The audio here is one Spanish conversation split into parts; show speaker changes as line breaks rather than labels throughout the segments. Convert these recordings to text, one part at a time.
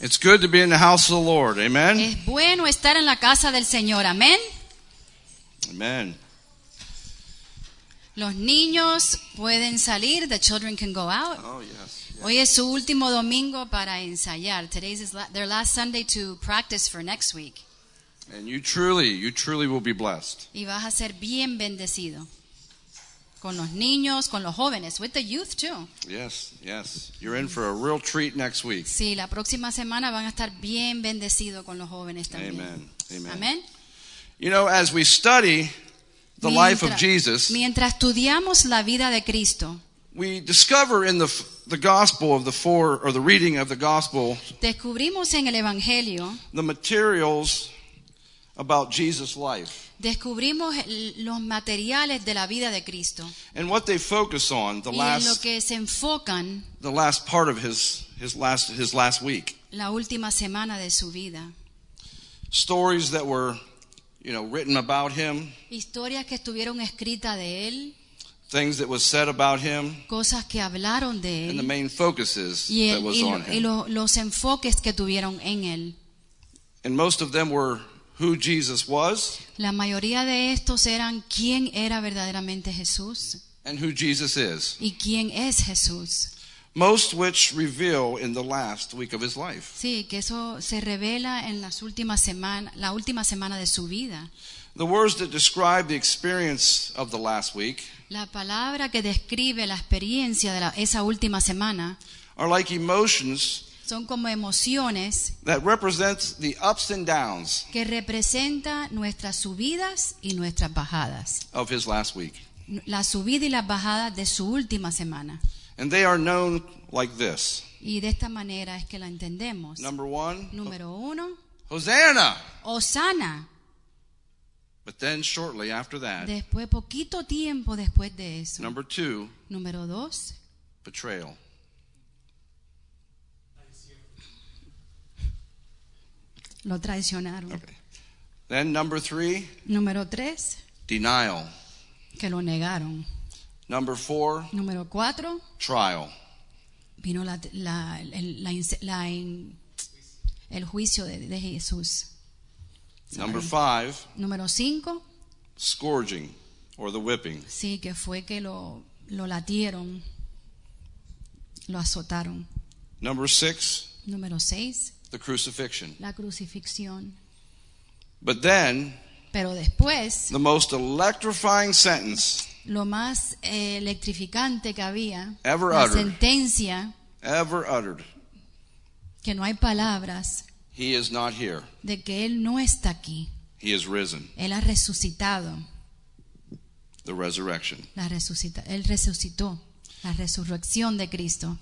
It's good to be in the house of the Lord. Amen.
Es bueno estar en la casa del Señor, amén.
Amen.
Los niños pueden salir, the children can go out.
Oh, yes.
Hoy es su último domingo para ensayar. Today's is la- their last Sunday to practice for next week.
And you truly, you truly will be blessed.
Y vas a ser bien bendecido. Con los niños, con los jóvenes, with the youth too.
Yes, yes. You're in for a real treat next week.
Sí, la próxima semana van a estar bien bendecidos con los jóvenes también.
Amen. Amen.
Amén.
You know, as we study the life of
Mientras-
Jesus,
Mientras estudiamos la vida de Cristo,
we discover in the the gospel of the four or the reading of the gospel
descubrimos en el Evangelio,
the materials about Jesus' life
descubrimos el- los materiales de la vida de Cristo
and what they focus on the
y en lo
last
que se enfocan
the last part of his his last his last week.
la última semana de su vida.
Stories that were, you know, written about him,
Historias que estuvieron escritas de él,
things that was said about him,
cosas que hablaron de
and the
él
main focuses
y,
that
el-
was
y lo-
on him.
y lo- los enfoques que tuvieron en él.
And most of them were who Jesus was
La mayoría de estos eran quién era verdaderamente Jesús
and who Jesus is.
y quién es Jesús.
Most which reveal in the last week of his life.
Sí, que eso se revela en las últimas semanas, la última semana de su vida.
The words that describe the experience of the last week
La palabra que describe la experiencia de la- esa última semana
are like emotions
son como emociones
that represents the ups and downs
que representan nuestras subidas y nuestras bajadas.
of his last week.
La subida y las bajadas de su última semana.
And they are known like this.
Y de esta manera es que la entendemos.
Number 1,
Número uno,
Hosanna.
Osana.
But then shortly after that,
Después, poquito tiempo después de eso.
number 2,
Número dos,
betrayal.
lo traicionaron.
Okay. Then number 3,
Número tres,
denial.
que lo negaron.
Number 4,
Número cuatro,
trial.
vino la- la- el, la inse- la in- el juicio de, de Jesús.
Number
Sorry.
5,
Número cinco,
scourging or the whipping.
sí, que fue que lo, lo latieron, lo azotaron.
Number six,
Número seis,
the crucifixion.
la crucifixión.
But then,
Pero después,
the most electrifying sentence
lo más eh, electrificante que había,
Ever
la
uttered.
sentencia,
ever uttered
que no hay palabras,
He is not here,
de que Él no está aquí.
He is risen.
Él ha resucitado.
The resurrection.
La resucita, él resucitó, la resurrección de Cristo.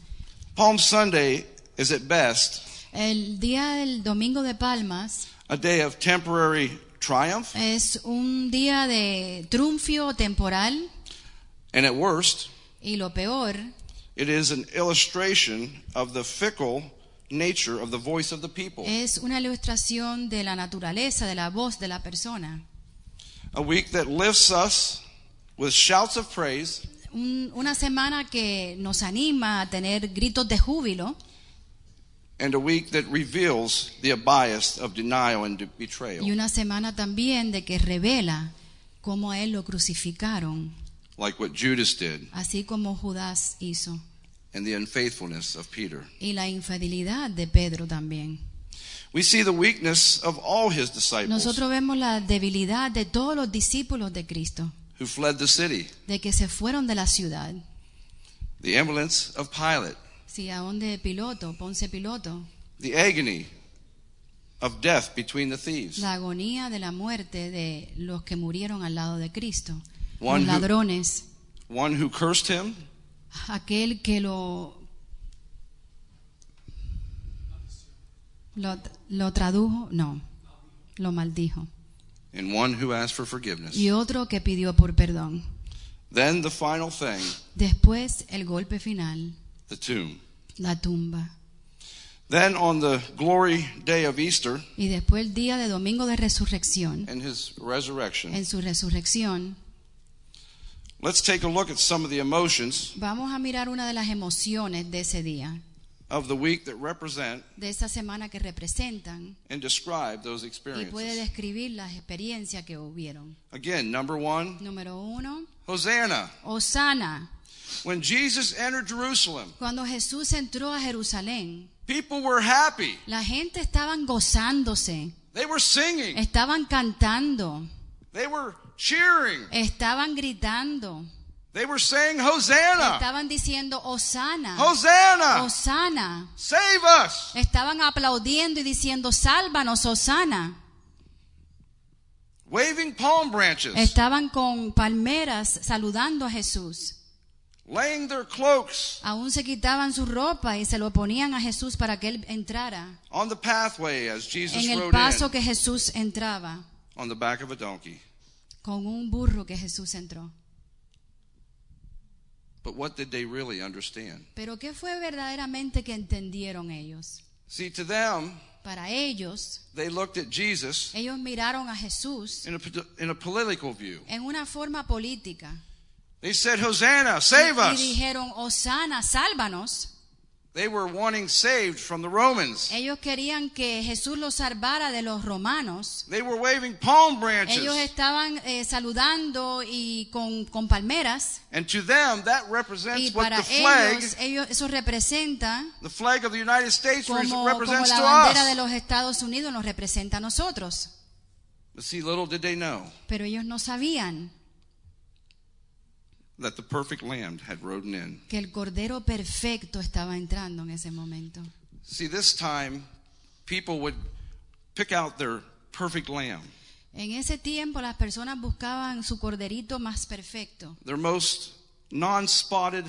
Palm Sunday is at best
El día del Domingo de Palmas
a day of temporary triumph,
es un día de triunfo temporal
and at worst,
y lo peor
it is an illustration of the fickle nature of the voice of the people.
es una ilustración de la naturaleza, de la voz de la persona.
A week that lifts us with shouts of praise
Un- una semana que nos anima a tener gritos de júbilo
and a week that reveals the bias of denial and de- betrayal,
y una semana también de que revela cómo a él lo crucificaron,
like what Judas did
así como Judas hizo,
and the unfaithfulness of Peter.
y la infidelidad de Pedro también.
We see the weakness of all his disciples
Nosotros vemos la debilidad de todos los discípulos de Cristo,
who fled the city,
de que se fueron de la ciudad.
the ambulance of Pilate,
Sí, ¿a dónde Piloto, Ponce Piloto?
the agony of death between the thieves,
La agonía de la muerte de los que murieron al lado de Cristo,
One
los
who-
ladrones,
one who cursed him,
aquel que lo, lo lo tradujo, no, lo maldijo,
and one who asked for forgiveness.
y otro que pidió por perdón.
Then the final thing,
Después el golpe final,
the tomb.
la tumba.
Then on the glory day of Easter
Y después el día de domingo de resurrección,
and his resurrection,
en su resurrección,
let's take a look at some of the emotions
vamos a mirar una de las emociones de ese día
of the week that represent
de esta semana que representan
and describe those
y puede
experiences.
describir las experiencias que hubieron.
Again, number one,
Número uno,
Hosanna.
Osana.
When Jesus entered Jerusalem,
Cuando Jesús entró a Jerusalén,
people were happy.
la gente estaban gozándose,
They were singing.
estaban cantando,
They were cheering.
estaban gritando,
They were saying, Hosanna!
estaban diciendo Osana,
Hosanna!
Osana.
Save us!
Estaban aplaudiendo y diciendo, sálvanos, Osana.
Waving palm branches,
Estaban con palmeras saludando a Jesús.
laying their cloaks
Aún se quitaban su ropa y se lo ponían a Jesús para que él entrara
on the pathway as Jesus
en el
rode
paso
in
que Jesús entraba,
on the back of a donkey.
con un burro que Jesús entró.
But what did they really understand?
Pero ¿qué fue verdaderamente que entendieron ellos?
See, to them,
Para ellos,
they looked at Jesus
ellos miraron a Jesús
in a, in a political view.
en una forma política
They said, Hosanna,
y,
save
y
us!
dijeron, Osana, sálvanos.
They were wanting saved from the Romans.
Ellos querían que Jesús los salvara de los romanos.
They were waving palm
Ellos
branches.
estaban eh, saludando y con, con palmeras
And to them, that
y
represents what
para
the flag,
ellos, ellos eso representa
the flag of the United States
como, como
represents
la
to
bandera de
us.
los Estados Unidos nos representa a nosotros.
But see, little did they know
Pero ellos no sabían
that the perfect lamb had rode in.
que el Cordero Perfecto estaba entrando en ese momento.
See, this time, people would pick out their perfect lamb,
En ese tiempo las personas buscaban su corderito más perfecto,
their most non-spotted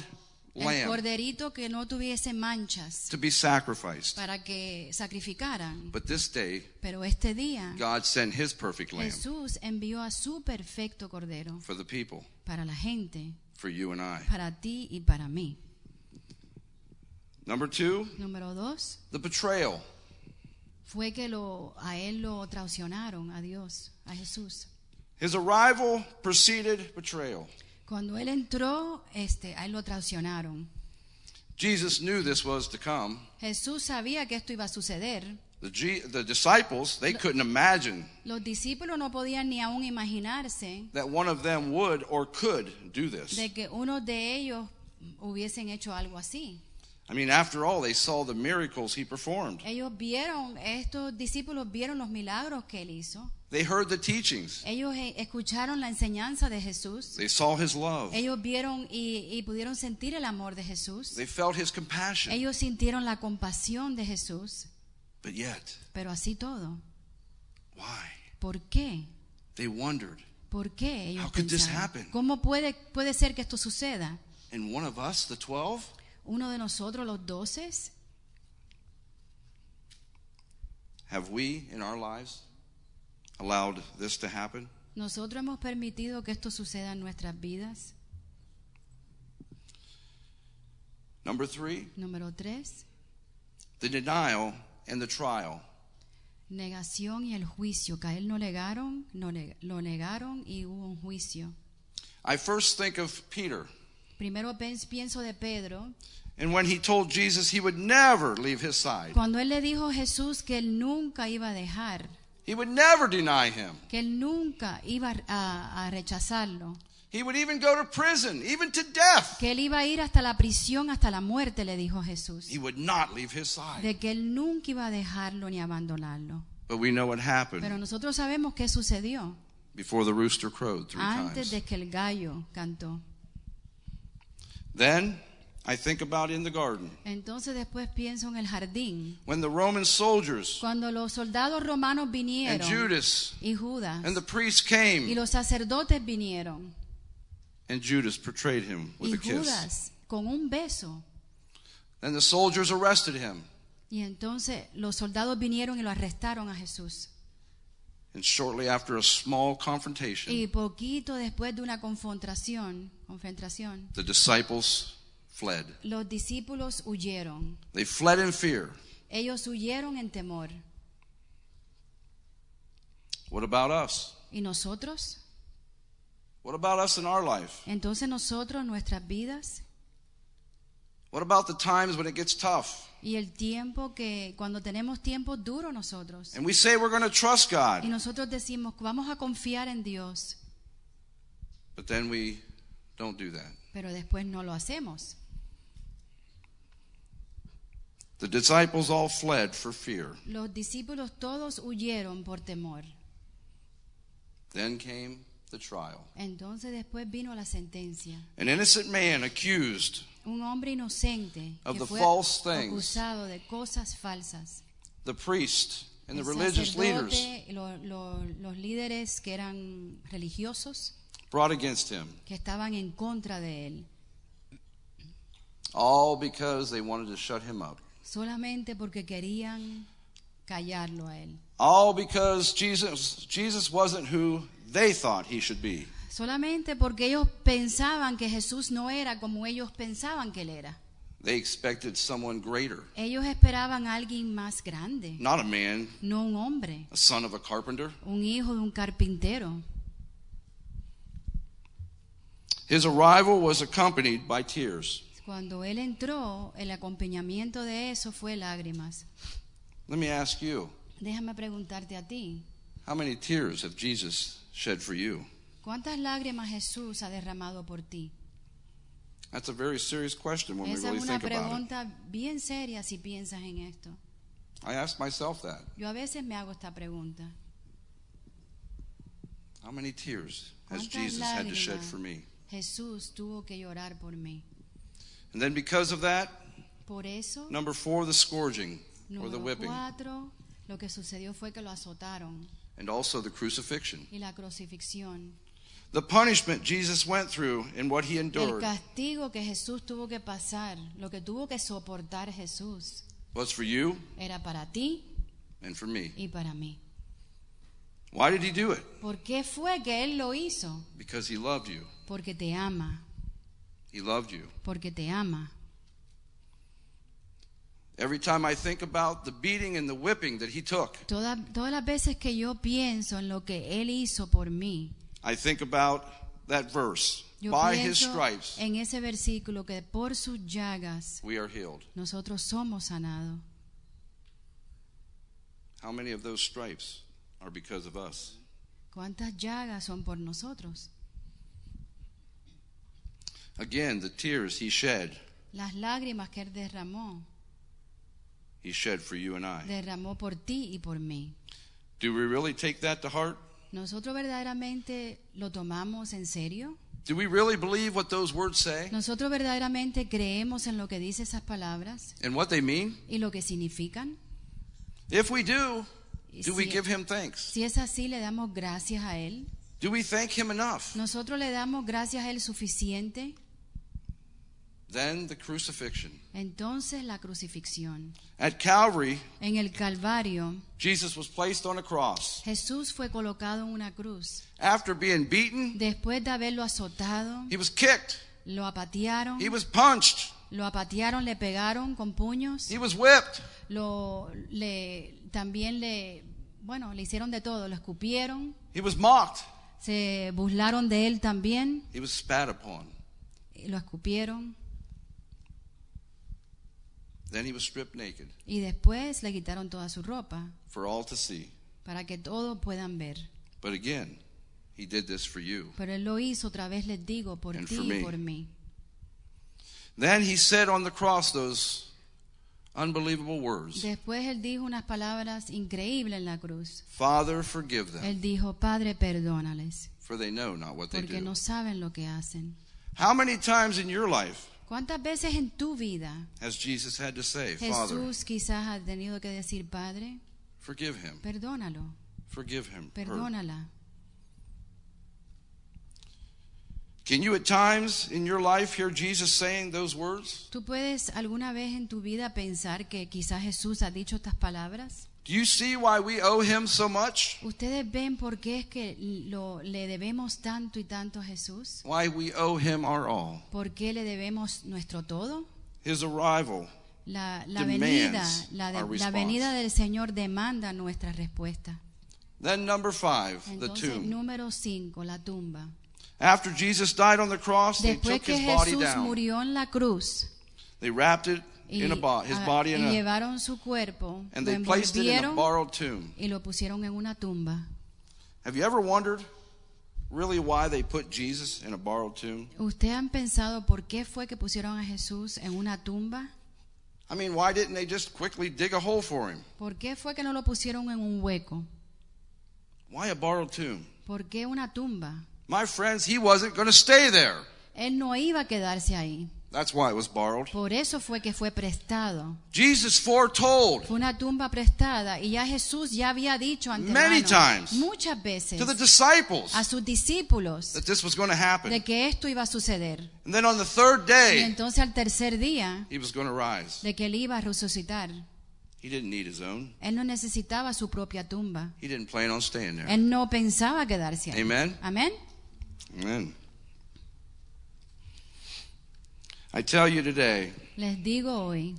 el
lamb,
corderito que no tuviese manchas
to be sacrificed.
para que sacrificaran.
But this day,
Pero este día
God sent His perfect lamb
Jesús envió a su perfecto Cordero.
for the people,
para la gente,
for you and I.
para ti y para mí.
Number two,
Número dos
the betrayal.
fue que lo, a él lo traicionaron, a Dios, a Jesús.
His arrival preceded betrayal.
Cuando él entró, este, a él lo traicionaron.
Jesus knew this was to come.
Jesús sabía que esto iba a suceder.
The, G- the disciples, they couldn't imagine
Los discípulos no podían ni aún imaginarse
that one of them would or could do this.
de que uno de ellos hubiesen hecho algo así.
I mean, after all, they saw the miracles he performed.
Ellos vieron, estos discípulos vieron los milagros que él hizo.
They heard the teachings.
Ellos eh, escucharon la enseñanza de Jesús.
They saw his love.
Ellos vieron y, y pudieron sentir el amor de Jesús.
They felt his compassion.
Ellos sintieron la compasión de Jesús,
But yet,
pero así todo.
why?
¿Por qué?
They wondered.
¿Por qué ellos
How could this
pensaban,
happen?
¿Cómo puede, puede ser que esto suceda?
And one of us, the 12?
¿Uno de nosotros, los doces,
Have we in our lives allowed this to happen?
nosotros hemos permitido que esto suceda en nuestras vidas?
Number three,
Número tres,
the denial and the trial.
negación y el juicio. Que a él no negaron, no ne- lo negaron y hubo un juicio.
I first think of Peter.
Primero pens- pienso de Pedro,
And when he told Jesus he would never leave his side,
cuando él le dijo a Jesús que él nunca iba a dejar,
he would never deny him.
que él nunca iba a- a rechazarlo.
He would even go to prison, even to death.
que él iba a ir hasta la prisión, hasta la muerte, le dijo Jesús,
He would not leave his side.
de que él nunca iba a dejarlo ni abandonarlo.
But we know what
Pero
happened
nosotros sabemos qué sucedió
before the rooster crowed three
antes
times.
de que el gallo cantó.
Then I think about in the garden
Entonces después pienso en el jardín,
when the Roman soldiers
cuando los soldados romanos
and
vinieron
Judas
y Judas
and the priests
y
came
los sacerdotes vinieron
and Judas betrayed him with
y
a kiss.
Judas con un beso.
Then the soldiers arrested him.
Y entonces los soldados vinieron y lo arrestaron a Jesús.
And shortly after a small confrontation,
Y poquito después de una confrontación, confrontación,
the disciples fled.
Los discípulos huyeron.
They fled in fear.
Ellos huyeron en temor.
What about us?
¿Y nosotros?
What about us in our life?
Entonces nosotros, nuestras vidas
What about the times when it gets tough?
Y el tiempo que, cuando tenemos tiempo duro nosotros,
And we say we're going to trust
y
God,
nosotros decimos, vamos a confiar en Dios,
but then we don't do that.
pero después no lo hacemos.
The disciples all fled for fear.
Los discípulos todos huyeron por temor.
Then came the trial.
Entonces después vino la sentencia.
An innocent man accused
Un hombre inocente
Of
que
the
fue
false things.
acusado de cosas falsas.
the priest and the
El
religious leaders
sacerdote, lo- lo- los líderes que eran religiosos,
brought against him,
que estaban en contra de él,
all because they wanted to shut him up.
solamente porque querían callarlo a él.
All because Jesus Jesus wasn't who they thought he should be.
Solamente porque ellos pensaban que Jesús no era como ellos pensaban que él era.
They expected someone greater,
Ellos esperaban a alguien más grande,
not a man,
no un hombre,
a son of a carpenter.
un hijo de un carpintero.
His arrival was accompanied by tears.
Cuando él entró, el acompañamiento de eso fue lágrimas.
Let me ask you,
Déjame preguntarte a ti,
how many tears have Jesus shed for you?
¿cuántas lágrimas Jesús ha derramado por ti?
That's a very serious question when we
Esa
really
es una
think about it.
pregunta bien seria si piensas en esto.
I ask myself that.
Yo a veces me hago esta pregunta.
How many tears has
¿Cuántas
Jesus had to shed
lágrimas?
for me?
Jesús tuvo que llorar por mí.
And then because of that,
Por eso,
number four, the scourging or the
número
whipping,
cuatro, lo que sucedió fue que lo azotaron
and also the crucifixion.
y la crucifixión.
The punishment Jesus went through and what he
El
endured
castigo que Jesús tuvo que pasar, lo que tuvo que soportar Jesús,
was for you
era para ti
and for me.
y para mí.
Why did he do it?
¿Por qué fue que Él lo hizo?
Because he loved you.
Porque te ama,
He loved you.
porque te ama.
Every time I think about the beating and the whipping that he took,
Toda- todas las veces que yo pienso en lo que Él hizo por mí,
I think about that verse.
yo
By his
pienso
stripes
en ese versículo que por sus llagas
we are healed.
nosotros somos sanados.
How many of those stripes are because of us?
¿Cuántas llagas son por nosotros?
Again, the tears he shed,
Las lágrimas que Él derramó,
he shed for you and I.
derramó por ti y por mí.
Do we really take that to heart?
¿Nosotros verdaderamente lo tomamos en serio?
Do we really believe what those words say
¿Nosotros verdaderamente creemos en lo que dice esas palabras
and what they mean?
y lo que significan?
If we do,
Y
do we
si-
give him thanks?
Si es así, le damos gracias a Él.
Do we thank him enough?
Nosotros le damos gracias a Él suficiente.
Then the crucifixion.
Entonces la crucifixión.
At Calvary,
En el Calvario,
Jesus was placed on a cross.
Jesús fue colocado en una cruz.
After being beaten,
Después de haberlo azotado,
he was kicked,
lo apatearon,
he was punched,
lo apatearon, le pegaron con puños,
he was whipped,
lo, le, también le, bueno, le hicieron de todo, lo escupieron,
he was mocked,
se burlaron de él también,
he was spat upon.
lo escupieron
Then he was stripped naked
y después le quitaron toda su ropa
for all to see.
para que todos puedan ver.
But again, he did this for you.
Pero él lo hizo otra vez, les digo, por
And
ti
for
y
me.
por mí.
Then he said on the cross those unbelievable words
Después él dijo unas palabras increíbles en la cruz.
Father, forgive them.
Él dijo, Padre, perdónales,
for they know not what they
porque
do.
no saben lo que hacen.
How many times in your life
¿Cuántas veces en tu vida
has Jesus had to say, Father,
Jesús quizás ha tenido que decir, Padre,
forgive him,
perdónalo,
forgive him? or-
perdónala?
Can you at times in your life hear Jesus saying those words?
¿Tú puedes alguna vez en tu vida pensar que quizás Jesús ha dicho estas palabras?
Do you see why we owe him so much?
¿Ustedes ven por qué es que lo- le debemos tanto y tanto a Jesús?
Why we owe him our all.
¿Por qué le debemos nuestro todo?
His arrival
La, la
Demands
venida, la, de-
our
la
response.
venida del Señor demanda nuestra respuesta.
Then number five, the
Entonces,
tomb.
número 5, la tumba.
After Jesus died on the cross, they
Después
took
que
his body
Jesús
down.
murió en la cruz,
They wrapped it
y,
in a bo- his
ah,
body in
y
a,
llevaron su cuerpo,
and
lo
they placed it in a
envolvieron
borrowed tomb.
y lo pusieron en una tumba.
Have you ever wondered really why they put Jesus in a borrowed tomb?
¿Ustedes han pensado por qué fue que pusieron a Jesús en una tumba?
I mean, why didn't they just quickly dig a hole for him?
¿Por qué fue que no lo pusieron en un hueco?
Why a borrowed tomb?
¿Por qué una tumba?
My friends, he wasn't going to stay there.
Él no iba a quedarse ahí.
That's why it was borrowed.
Por eso fue que fue prestado.
Jesus foretold
Fue una tumba prestada y ya Jesús ya había dicho
Many
antemano
times.
muchas veces
to the disciples
a sus discípulos
that this was going to happen.
de que esto iba a suceder.
And then on the third
Y
day,
entonces al tercer día
he was going to rise.
de que él iba a resucitar,
He didn't need his own.
él no necesitaba su propia tumba.
He didn't plan on staying there.
Él no pensaba quedarse ahí.
Amen.
Amén.
Amen. I tell you today
Les digo hoy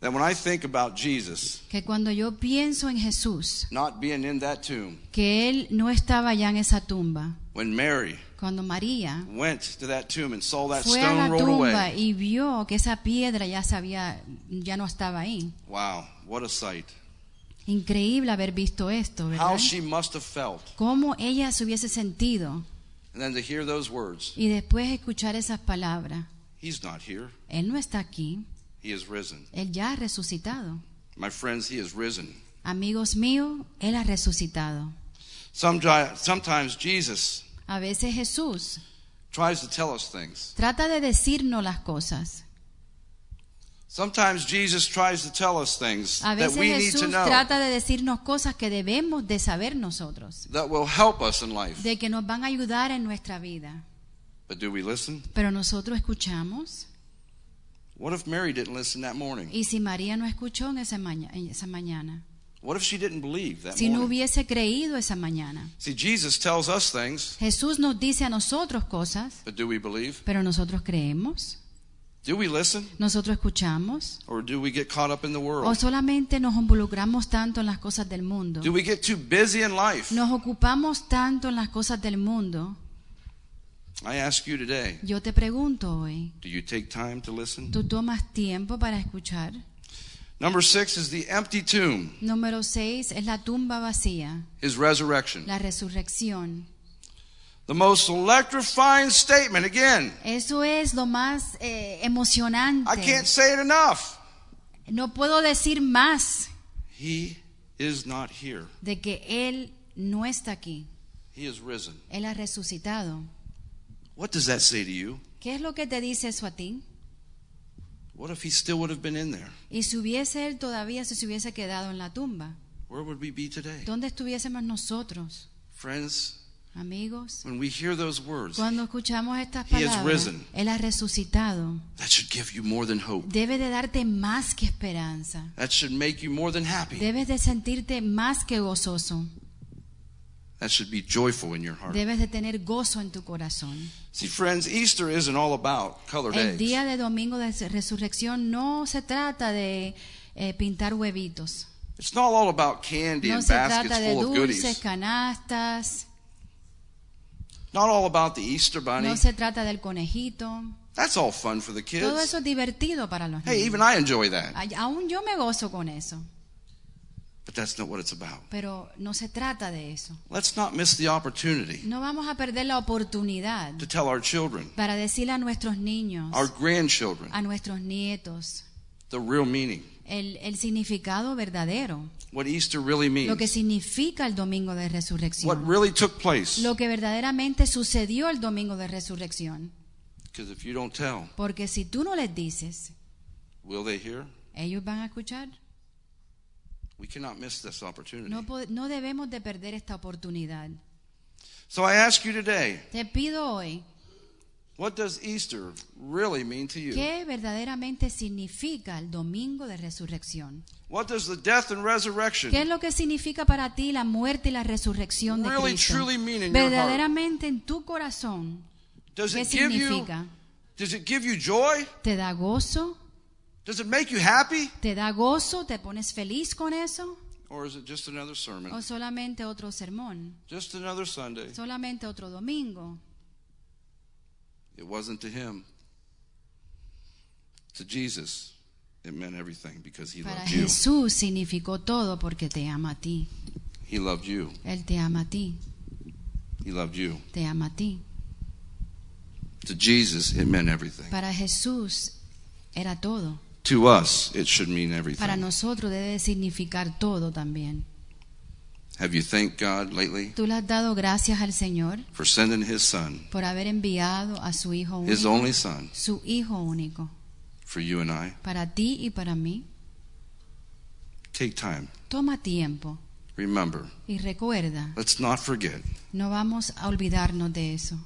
that when I think about Jesus
que cuando yo pienso en Jesús,
not being in that tomb,
que él no estaba ya en esa tumba,
when Mary
cuando María
went to that tomb and saw that
fue a
stone
la
rolled
tumba
away,
y vio que esa piedra ya sabía, ya no estaba ahí.
wow, what a sight.
Increíble haber visto esto,
How
¿verdad?
she must have felt.
Cómo ella se hubiese sentido
And then to hear those words,
y después escuchar esas palabras.
He's not here,
Él no está aquí,
He is risen.
él ya ha resucitado.
My friends, He is risen.
Amigos míos, él ha resucitado.
Someti- Sometimes Jesus
A veces Jesús
tries to tell us things.
trata de decirnos las cosas.
Sometimes Jesus tries to tell us things
A
that
veces
we need to
Jesús
know
trata de decirnos cosas que debemos de saber nosotros,
that will help us in life.
de que nos van a ayudar en nuestra vida.
But do we listen?
Pero nosotros escuchamos.
What if Mary didn't listen that morning?
Y si María no escuchó en esa, maña- en esa mañana,
What if she didn't believe that
si no
morning?
hubiese creído esa mañana,
See, Jesus tells us things,
Jesús nos dice a nosotros cosas,
but do we believe?
pero nosotros creemos,
Do we listen?
nosotros escuchamos,
Or do we get caught up in the
o
world?
solamente nos involucramos tanto en las cosas del mundo,
Do we get too busy in life?
nos ocupamos tanto en las cosas del mundo.
I ask you today,
Yo te pregunto hoy,
do you take time to listen?
¿tú tomas tiempo para escuchar?
Number six is the empty tomb,
Número 6 es la tumba vacía,
his resurrection.
la resurrección.
The most electrifying statement, again,
Eso es lo más eh,
I
emocionante.
can't say it enough.
No puedo decir más
He is not here,
de que Él no está aquí.
he is risen.
Él ha resucitado.
What does that say to you?
¿Qué es lo que te dice eso a ti?
What if he still would have been in there?
Y si hubiese Él todavía, si se hubiese quedado en la tumba,
Where would we be today?
¿dónde estuviésemos nosotros,
Friends,
amigos?
when we hear those words,
Cuando escuchamos estas
He has
palabras,
risen.
Él ha resucitado.
that should give you more than hope.
Debe de darte más que esperanza.
That should make you more than happy.
Debes de sentirte más que gozoso.
That should be joyful in your heart.
Debes de tener gozo en tu corazón.
See, friends, Easter isn't all about colored
El
eggs.
día de domingo de resurrección no se trata de eh, pintar huevitos.
It's not all about candy
No
and
se trata
baskets
de
full of
dulces,
goodies.
canastas.
Not all about the Easter bunny.
No se trata del conejito.
That's all fun for the
Todo eso
kids.
es divertido para los
Hey,
niños.
even I enjoy that.
Ay, Aún yo me gozo con eso,
But that's not what it's about.
pero no se trata de eso.
Let's not miss the opportunity
No vamos a perder la oportunidad
to tell our children,
para decirle a nuestros niños,
our grandchildren,
a nuestros nietos,
the real meaning,
el, el significado verdadero,
what Easter really
lo que
means,
significa el domingo de
what
resurrección,
really took place.
lo que verdaderamente sucedió el domingo de resurrección.
Because if you don't tell,
Porque si tú no les dices,
will they hear?
ellos van a escuchar.
We cannot miss this opportunity.
No, po- no debemos de perder esta oportunidad.
So I ask you today,
Te pido hoy,
what does Easter really mean to you?
¿qué verdaderamente significa el domingo de resurrección?
What does the death and resurrection
¿Qué es lo que significa para ti la muerte y la resurrección de
Really,
Cristo?
truly mean in your heart.
Verdaderamente en tu corazón,
does
¿qué
it give you?
significa?
Does it give you joy?
¿Te da gozo?
Does it make you happy?
¿Te da gozo? ¿Te pones feliz con eso?
Or is it just another sermon?
¿O solamente otro sermón?
Just another Sunday.
¿Solamente otro domingo?
It wasn't to him. To Jesus, it meant everything because he
Para
loved you.
Jesús significó todo porque te ama a ti.
He loved you.
Él te ama a ti,
He loved you.
te ama a ti.
To Jesus, it meant everything.
Para Jesús era todo.
To us, it should mean
Para
everything.
nosotros debe significar todo también.
Have you thanked God lately
Tú le has dado gracias al Señor
for sending his son,
por haber enviado a su Hijo
his
único,
only son,
su Hijo único,
for you and I?
para ti y para mí.
Take time.
Toma tiempo
Remember,
y recuerda,
let's not forget.
no vamos a olvidarnos de eso.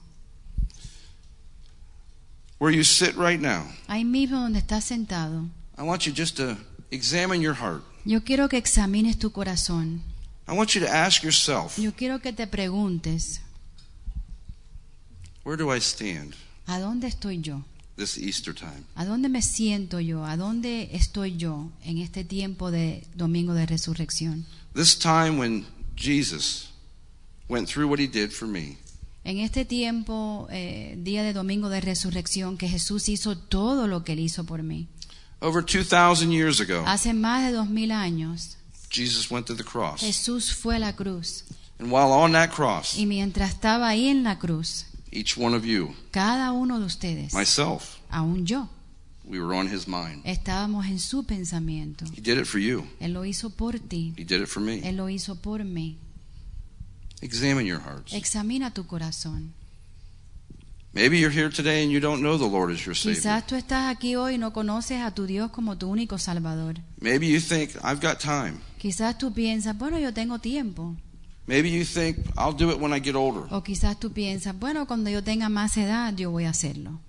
Where you sit right now,
Ahí mismo donde estás sentado,
I want you just to examine your heart.
yo quiero que examines tu corazón.
I want you to ask yourself,
Yo quiero que te preguntes,
where do I stand
¿a dónde estoy yo?
this Easter time?
¿A dónde me siento yo? ¿A dónde estoy yo en este tiempo de Domingo de Resurrección?
This time when Jesus went through what he did for me,
En este tiempo, eh, día de Domingo de Resurrección, que Jesús hizo todo lo que él hizo por mí.
over 2,000 years ago.
Hace más de dos mil años,
Jesus went to the cross.
Jesús fue a la cruz.
And while on that cross,
Y mientras estaba ahí en la cruz,
each one of you,
cada uno de ustedes,
Pues- myself,
aún yo,
we were on his mind.
estábamos en su pensamiento.
He did it for you,
Él lo hizo por ti,
he did it for me.
Él lo hizo por mí.
Examine your hearts.
Examina tu corazón.
Maybe you're here today and you don't know the Lord as your Savior.
Quizás tú estás aquí hoy y no conoces a tu Dios como tu único Salvador.
Maybe you think, I've got time.
Quizás tú piensas, bueno, yo tengo tiempo.
Maybe you think, I'll do it when I get older.
O quizás tú piensas, bueno, cuando yo tenga más edad, yo voy a hacerlo.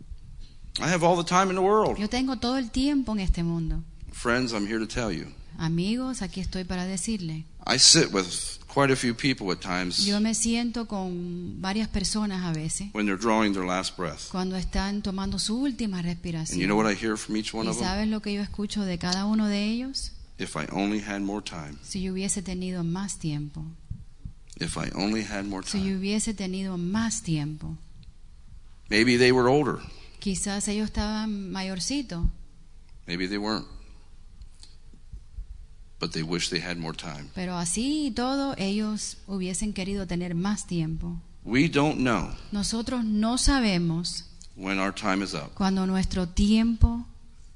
I have all the time in the world.
Yo tengo todo el tiempo en este mundo.
Friends, I'm here to tell you.
Amigos, aquí estoy para decirle.
I sit with quite a few people at times
Yo me siento con varias personas a veces
when they're drawing their last breath.
cuando están tomando su última
And you know
respiración.
what I hear from each one
¿Y
of them?
sabes lo que yo escucho de cada uno de ellos?
If I only had more time.
Si yo hubiese tenido más tiempo.
If I only had more
Si yo
time.
hubiese tenido más tiempo.
Maybe they were older.
Quizás ellos estaban mayorcitos,
Maybe they weren't. But they wish they had more time.
pero así y todo ellos hubiesen querido tener más tiempo.
We don't know
Nosotros no sabemos
when our time is up.
cuando nuestro tiempo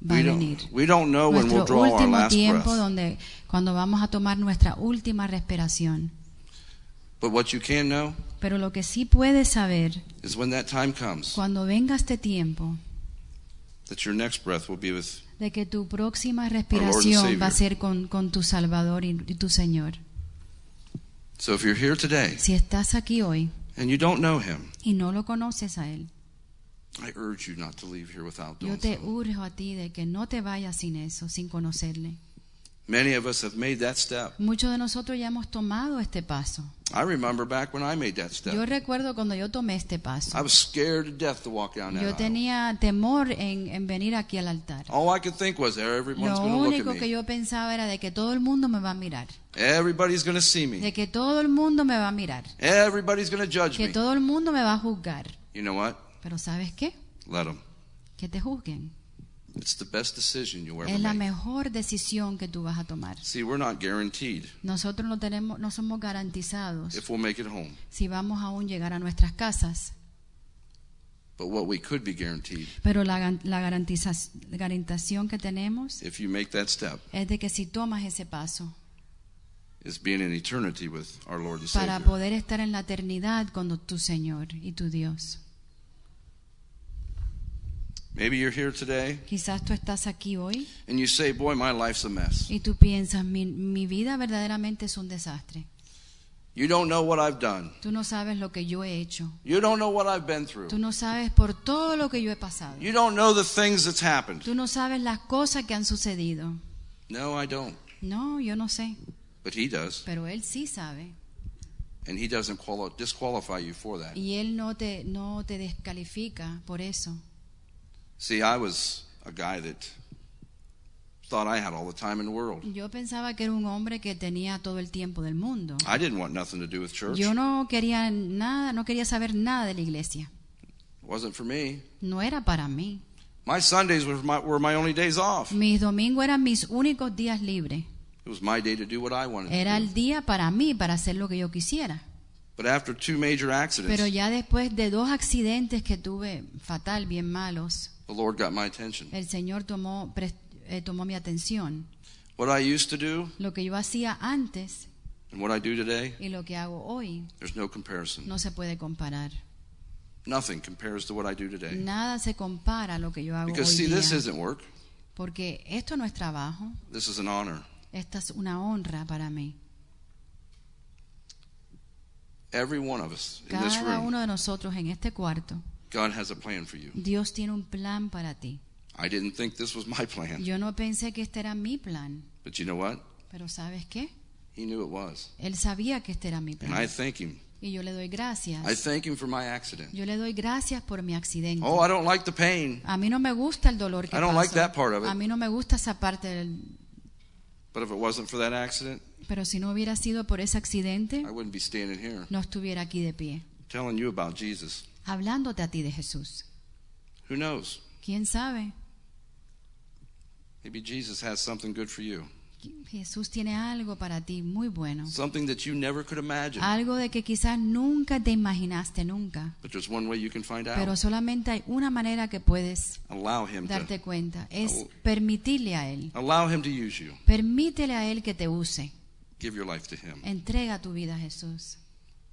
va a
We
venir.
don't, we don't know when we'll
Nuestro
draw our
último
last
tiempo
breath.
donde cuando vamos a tomar nuestra última respiración.
But what you can know
Pero lo que sí puedes saber
is when that time comes,
cuando venga este tiempo
that your next breath will be with
de que tu próxima
Savior.
respiración va a ser con, con tu Salvador y, y tu Señor.
So if you're here today
Si estás aquí hoy
and you don't know him,
y no lo conoces a Él,
I urge you not to leave here without
yo
doing
te
so.
urjo a ti de que no te vayas sin eso, sin conocerle.
Many of us have made that step.
Muchos de nosotros ya hemos tomado este paso.
I remember back when I made that
Yo
step.
recuerdo cuando yo tomé este paso.
I was scared to death to walk down that
Yo
aisle.
tenía temor en, en venir aquí al altar.
All I could think was everyone's
Lo
going to look
único
at
que
me.
yo pensaba era de que todo el mundo me va a mirar,
Everybody's going to see me.
de que todo el mundo me va a mirar,
Everybody's going to judge
que
me.
todo el mundo me va a juzgar.
You know what?
Pero ¿sabes qué?
Let them.
Que te juzguen.
It's the best decision you'll
Es la
ever make.
mejor decisión que tú vas a tomar.
See, we're not guaranteed
Nosotros no tenemos, no somos garantizados
if we'll make it home.
si vamos aún llegar a nuestras casas,
But what we could be guaranteed
pero la, gan- la garantiza- garantización que tenemos
if you make that step
es de que si tomas ese paso
is being in eternity with our Lord and
para
Savior.
poder estar en la eternidad con tu Señor y tu Dios.
Maybe you're here today
Quizás tú estás aquí hoy
and you say, Boy, my life's a mess.
y tú piensas, mi, mi vida verdaderamente es un desastre.
You don't know what I've done.
Tú no sabes lo que yo he hecho.
You don't know what I've been through.
Tú no sabes por todo lo que yo he pasado.
You don't know the things that's happened.
Tú no sabes las cosas que han sucedido.
No, I don't.
No, yo no sé,
But He does.
pero Él sí sabe.
And He doesn't quali- disqualify you for that.
Y Él no te, no te descalifica por eso.
See, I was a guy that thought I had all the time in the world.
Yo pensaba que era un hombre que tenía todo el tiempo del mundo.
I didn't want nothing to do with church.
Yo no quería nada, no quería saber nada de la iglesia.
It wasn't for me.
No era para mí.
My Sundays were my, were my only days off.
Mis domingos eran mis únicos días libres.
It was my day to do what I wanted
Era
to do.
el día para mí, para hacer lo que yo quisiera.
But after two major accidents,
Pero ya después de dos accidentes que tuve fatal, bien malos,
the Lord got my attention.
el Señor tomó, pres- eh, tomó mi atención.
What I used to do
Lo que yo hacía antes
and what I do today,
y lo que hago hoy
there's no comparison.
no se puede comparar.
Nothing compares to what I do today.
Nada se compara a lo que yo hago
Because
hoy
see,
día.
this isn't work.
Porque esto no es trabajo,
This is an honor.
esta es una honra para mí.
Every one of us in this
Cada
room,
uno de nosotros en este cuarto,
God has a plan for you.
Dios tiene un plan para ti.
I didn't think this was my plan,
Yo no pensé que este era mi plan,
but you know what?
pero ¿sabes qué?
He knew it was.
Él sabía que este era mi
And I
plan.
thank him.
Y yo le doy
I
gracias.
thank him for my accident.
Yo le doy gracias por mi accidente.
Oh, I don't like the pain,
A mí no me gusta el dolor que
I don't like
paso.
that part of it.
A mí no me gusta esa parte del...
but if it wasn't for that accident,
Pero si no hubiera sido por ese accidente,
I wouldn't be standing here
no estuviera aquí de pie,
telling you about Jesus.
hablándote a ti de Jesús.
Who knows?
¿Quién sabe?
Maybe Jesus has something good for you.
Jesús tiene algo para ti muy bueno.
Something that you never could imagine.
Algo de que quizás nunca te imaginaste, nunca.
But there's one way you can find
Pero
out.
solamente hay una manera que puedes
Allow him to
darte cuenta. Es
Oh.
permitirle a Él.
allow him to use you.
Permítele a Él que te use.
Give your life to
Eh.
him.
Entrega tu vida a Jesús.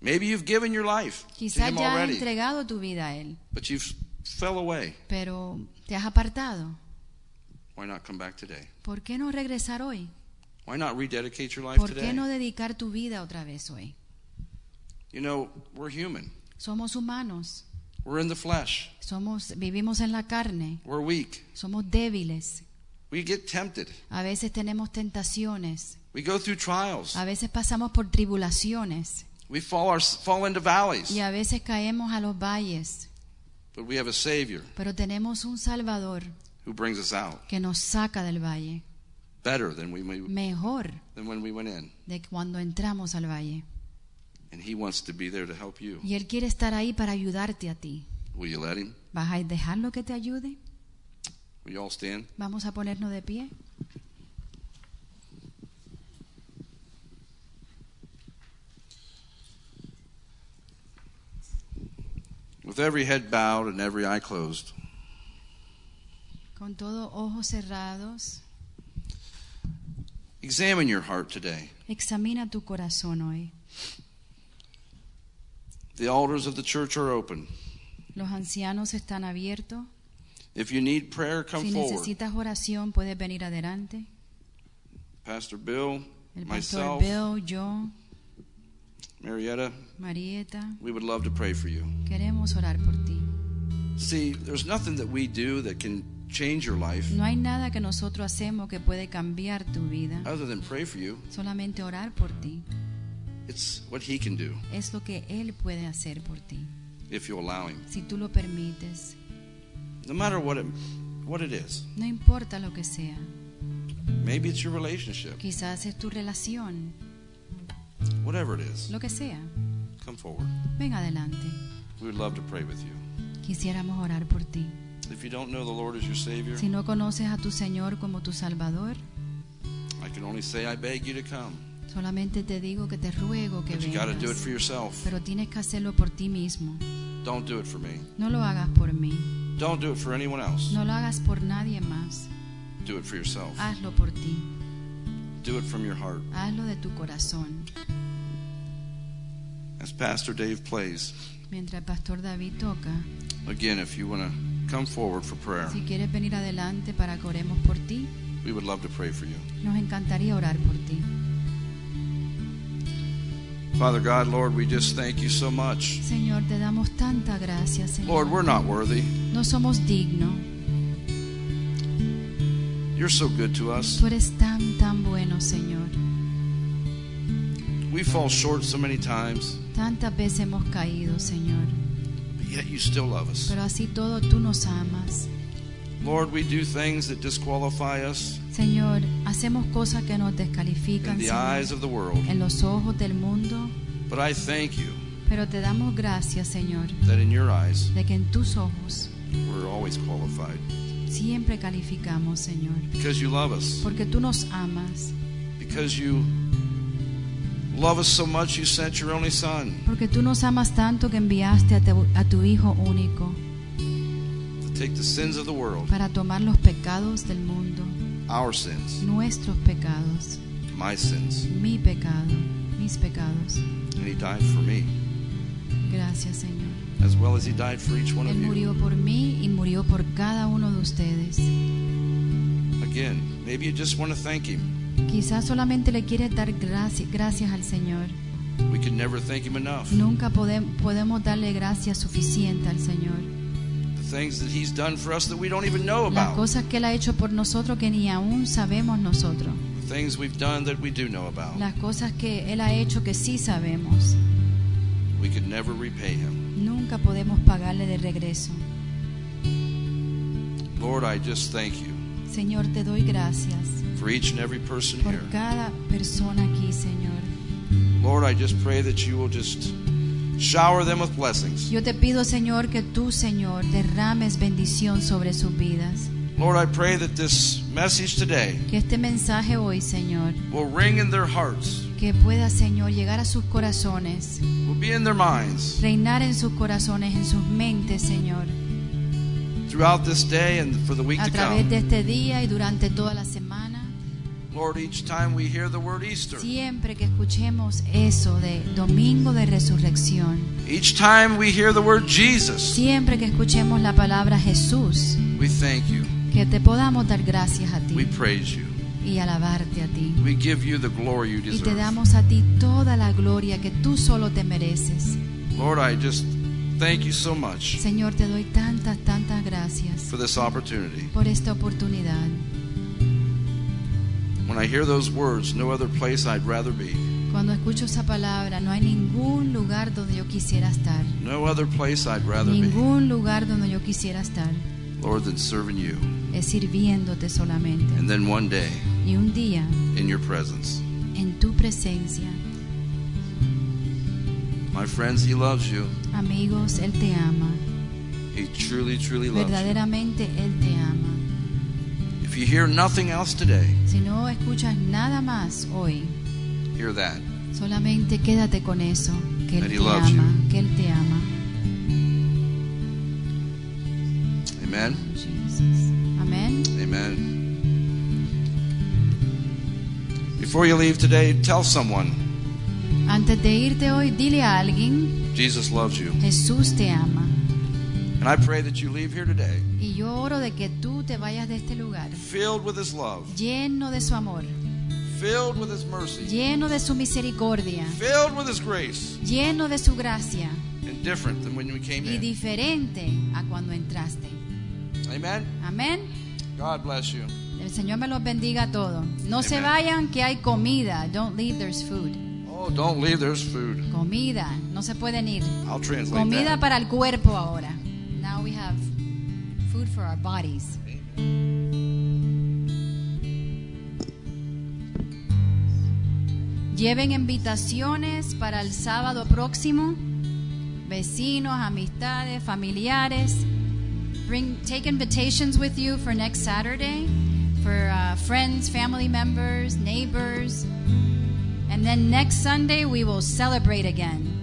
Maybe you've given your life to
Quizás
him
ya has
already,
entregado tu vida a Él,
but you've fell away.
pero te has apartado.
Why not come back today?
¿Por qué no regresar hoy?
Why not rededicate your life
¿Por qué
today?
no dedicar tu vida otra vez hoy?
You know, we're human.
Somos humanos,
We're in the flesh.
somos vivimos en la carne,
We're weak.
somos débiles.
We get tempted.
A veces tenemos tentaciones,
We go through trials.
a veces pasamos por tribulaciones
We fall our, fall into valleys.
y a veces caemos a los valles,
But we have a savior
pero tenemos un Salvador
who brings us out
que nos saca del valle,
better than we
Mm. mejor
than when we went in.
de cuando entramos al valle.
And he wants to be there to help you.
Y Él quiere estar ahí para ayudarte a ti.
Will you let him?
¿Vas a dejarlo que te ayude?
Will you all stand?
Vamos a ponernos de pie.
With every head bowed and every eye closed,
Con todo ojos cerrados,
examine your heart today.
examina tu corazón hoy.
The altars of the church are open.
Los ancianos están abiertos.
If you need prayer, come
Si
forward.
necesitas oración, puedes venir adelante.
Pastor Bill,
El pastor
myself,
Bill, yo,
Marietta,
Marieta,
we would love to pray for you.
queremos orar por ti.
See, there's nothing that we do that can change your life
No hay nada que nosotros hacemos que puede cambiar tu vida.
other than pray for you.
Solamente orar por ti
It's what he can do
es lo que Él puede hacer por ti,
if you allow him.
si tú lo permites.
No matter what it, what it is.
No importa lo que sea.
Maybe it's your relationship,
Quizás es tu relación,
whatever it is.
lo que sea.
Come forward.
Ven adelante.
We would love to pray with you.
Quisiéramos orar por ti.
If you don't know the Lord as your Savior,
Si no conoces a tu Señor como tu Salvador,
I can only say I beg you to come.
solamente te digo que te ruego que
But you got to do it
vengas.
for yourself.
Pero tienes que hacerlo por ti mismo.
Don't do it for me.
No lo hagas por mí.
Don't do it for anyone else.
No lo hagas por nadie más.
Do it for yourself.
Hazlo por ti.
Do it from your heart.
Hazlo de tu corazón.
As Pastor Dave plays,
Mientras el pastor David toca,
again, if you want to come forward for prayer,
si quieres venir adelante para que oremos por ti,
we would love to pray for you.
nos encantaría orar por ti.
Father God, Lord, we just thank you so much.
Señor, te damos tanta gracia, Señor.
Lord, we're not worthy.
No somos dignos.
You're so good to us.
Tú eres tan, tan bueno, Señor.
We fall short so many times,
Tantas veces hemos caído, Señor.
but yet you still love us.
Pero así todo tú nos amas.
Lord, we do things that disqualify us
Señor, hacemos cosas que nos
in
descalifican
the
Señor,
eyes of the world.
en los ojos del mundo.
But I thank you
Pero te damos gracias, Señor,
that in your eyes,
de que en tus ojos
we're always qualified.
Siempre calificamos, Señor,
because you love us,
porque tú nos amas,
because you love us so much you sent your only Son
porque tú nos amas tanto que enviaste a tu, a tu Hijo único
to take the sins of the world,
para tomar los pecados del mundo,
our sins,
nuestros pecados,
my sins,
mi pecado, mis pecados.
and He died for me,
Gracias, Señor.
as well as He died for each one of
Él
you.
murió por mí y murió por cada uno de ustedes.
Again, maybe you just want to thank Him.
Quizás solamente le quieres dar gracias, gracias al Señor.
We can never thank Him enough.
Nunca podem- podemos darle gracias suficiente al Señor.
The things that He's done for us that we don't even know
Las
about,
cosas que Él ha hecho por nosotros que ni aún sabemos nosotros.
the things we've done that we do know about.
Las cosas que Él ha hecho que sí sabemos.
We could never repay Him.
Nunca podemos pagarle de regreso.
Lord, I just thank you
Señor, te doy gracias
for each and every person
por
here.
cada persona aquí, Señor.
Lord, I just pray that you will just shower them with blessings.
Yo te pido, Señor, que tú, Señor, derrames bendición sobre sus vidas.
Lord, I pray that this message today
Que este mensaje hoy, Señor,
will ring in their hearts,
que pueda, Señor, llegar a sus corazones,
will be in their minds
reinar en sus corazones, en sus mentes, Señor,
throughout this day and for the week
a
to
través
come.
de este día y durante toda la semana.
Lord, each time we hear the word Easter,
Siempre que escuchemos eso de Domingo de Resurrección,
each time we hear the word Jesus,
siempre que escuchemos la palabra Jesús,
we thank you,
que te podamos dar gracias a
we
ti
praise you,
y alabarte a ti.
we give you the glory you
Y te
deserve.
damos a ti toda la gloria que tú solo te mereces.
Lord, I just thank you so much
Señor, te doy tantas, tantas gracias
for this opportunity.
por esta oportunidad.
When I hear those words, no other place I'd rather be,
Cuando escucho esa palabra, no hay ningún lugar donde yo quisiera estar.
no other place I'd rather be,
Ningún lugar donde yo quisiera estar
Lord, than serving you.
es sirviéndote solamente.
And then one day,
Y un día,
in your presence.
en tu presencia,
My friends, He loves you.
amigos, Él te ama.
He truly, truly loves you.
Verdaderamente Él te ama.
If you hear nothing else today,
Si no escuchas nada más hoy,
hear that.
solamente quédate con eso, que
That
Él
he
te
loves
ama, que Él te ama.
Amen.
Jesus. Amén.
Amen. Before you leave today, tell someone
Antes de irte hoy, dile a alguien,
Jesus loves you.
Jesús te ama.
And I pray that you leave here today
Y yo oro de que tú te vayas de este lugar
filled with His love,
lleno de su amor,
filled with His mercy,
lleno de su misericordia,
filled with His grace,
lleno de su gracia
and different than when we came
y
in.
diferente a cuando entraste.
Amen.
Amén.
God bless you.
El Señor me los bendiga a todos. No se
Amen.
vayan que hay comida. Don't leave, there's food.
Oh, don't leave. There's food.
Comida. No se pueden ir.
I'll translate
Comida
that.
para el cuerpo ahora. Now we have food for our bodies. Lleven invitaciones para el sábado próximo. Vecinos, amistades, familiares. Bring take invitations with you for next Saturday for uh, friends, family members, neighbors. And then next Sunday we will celebrate again.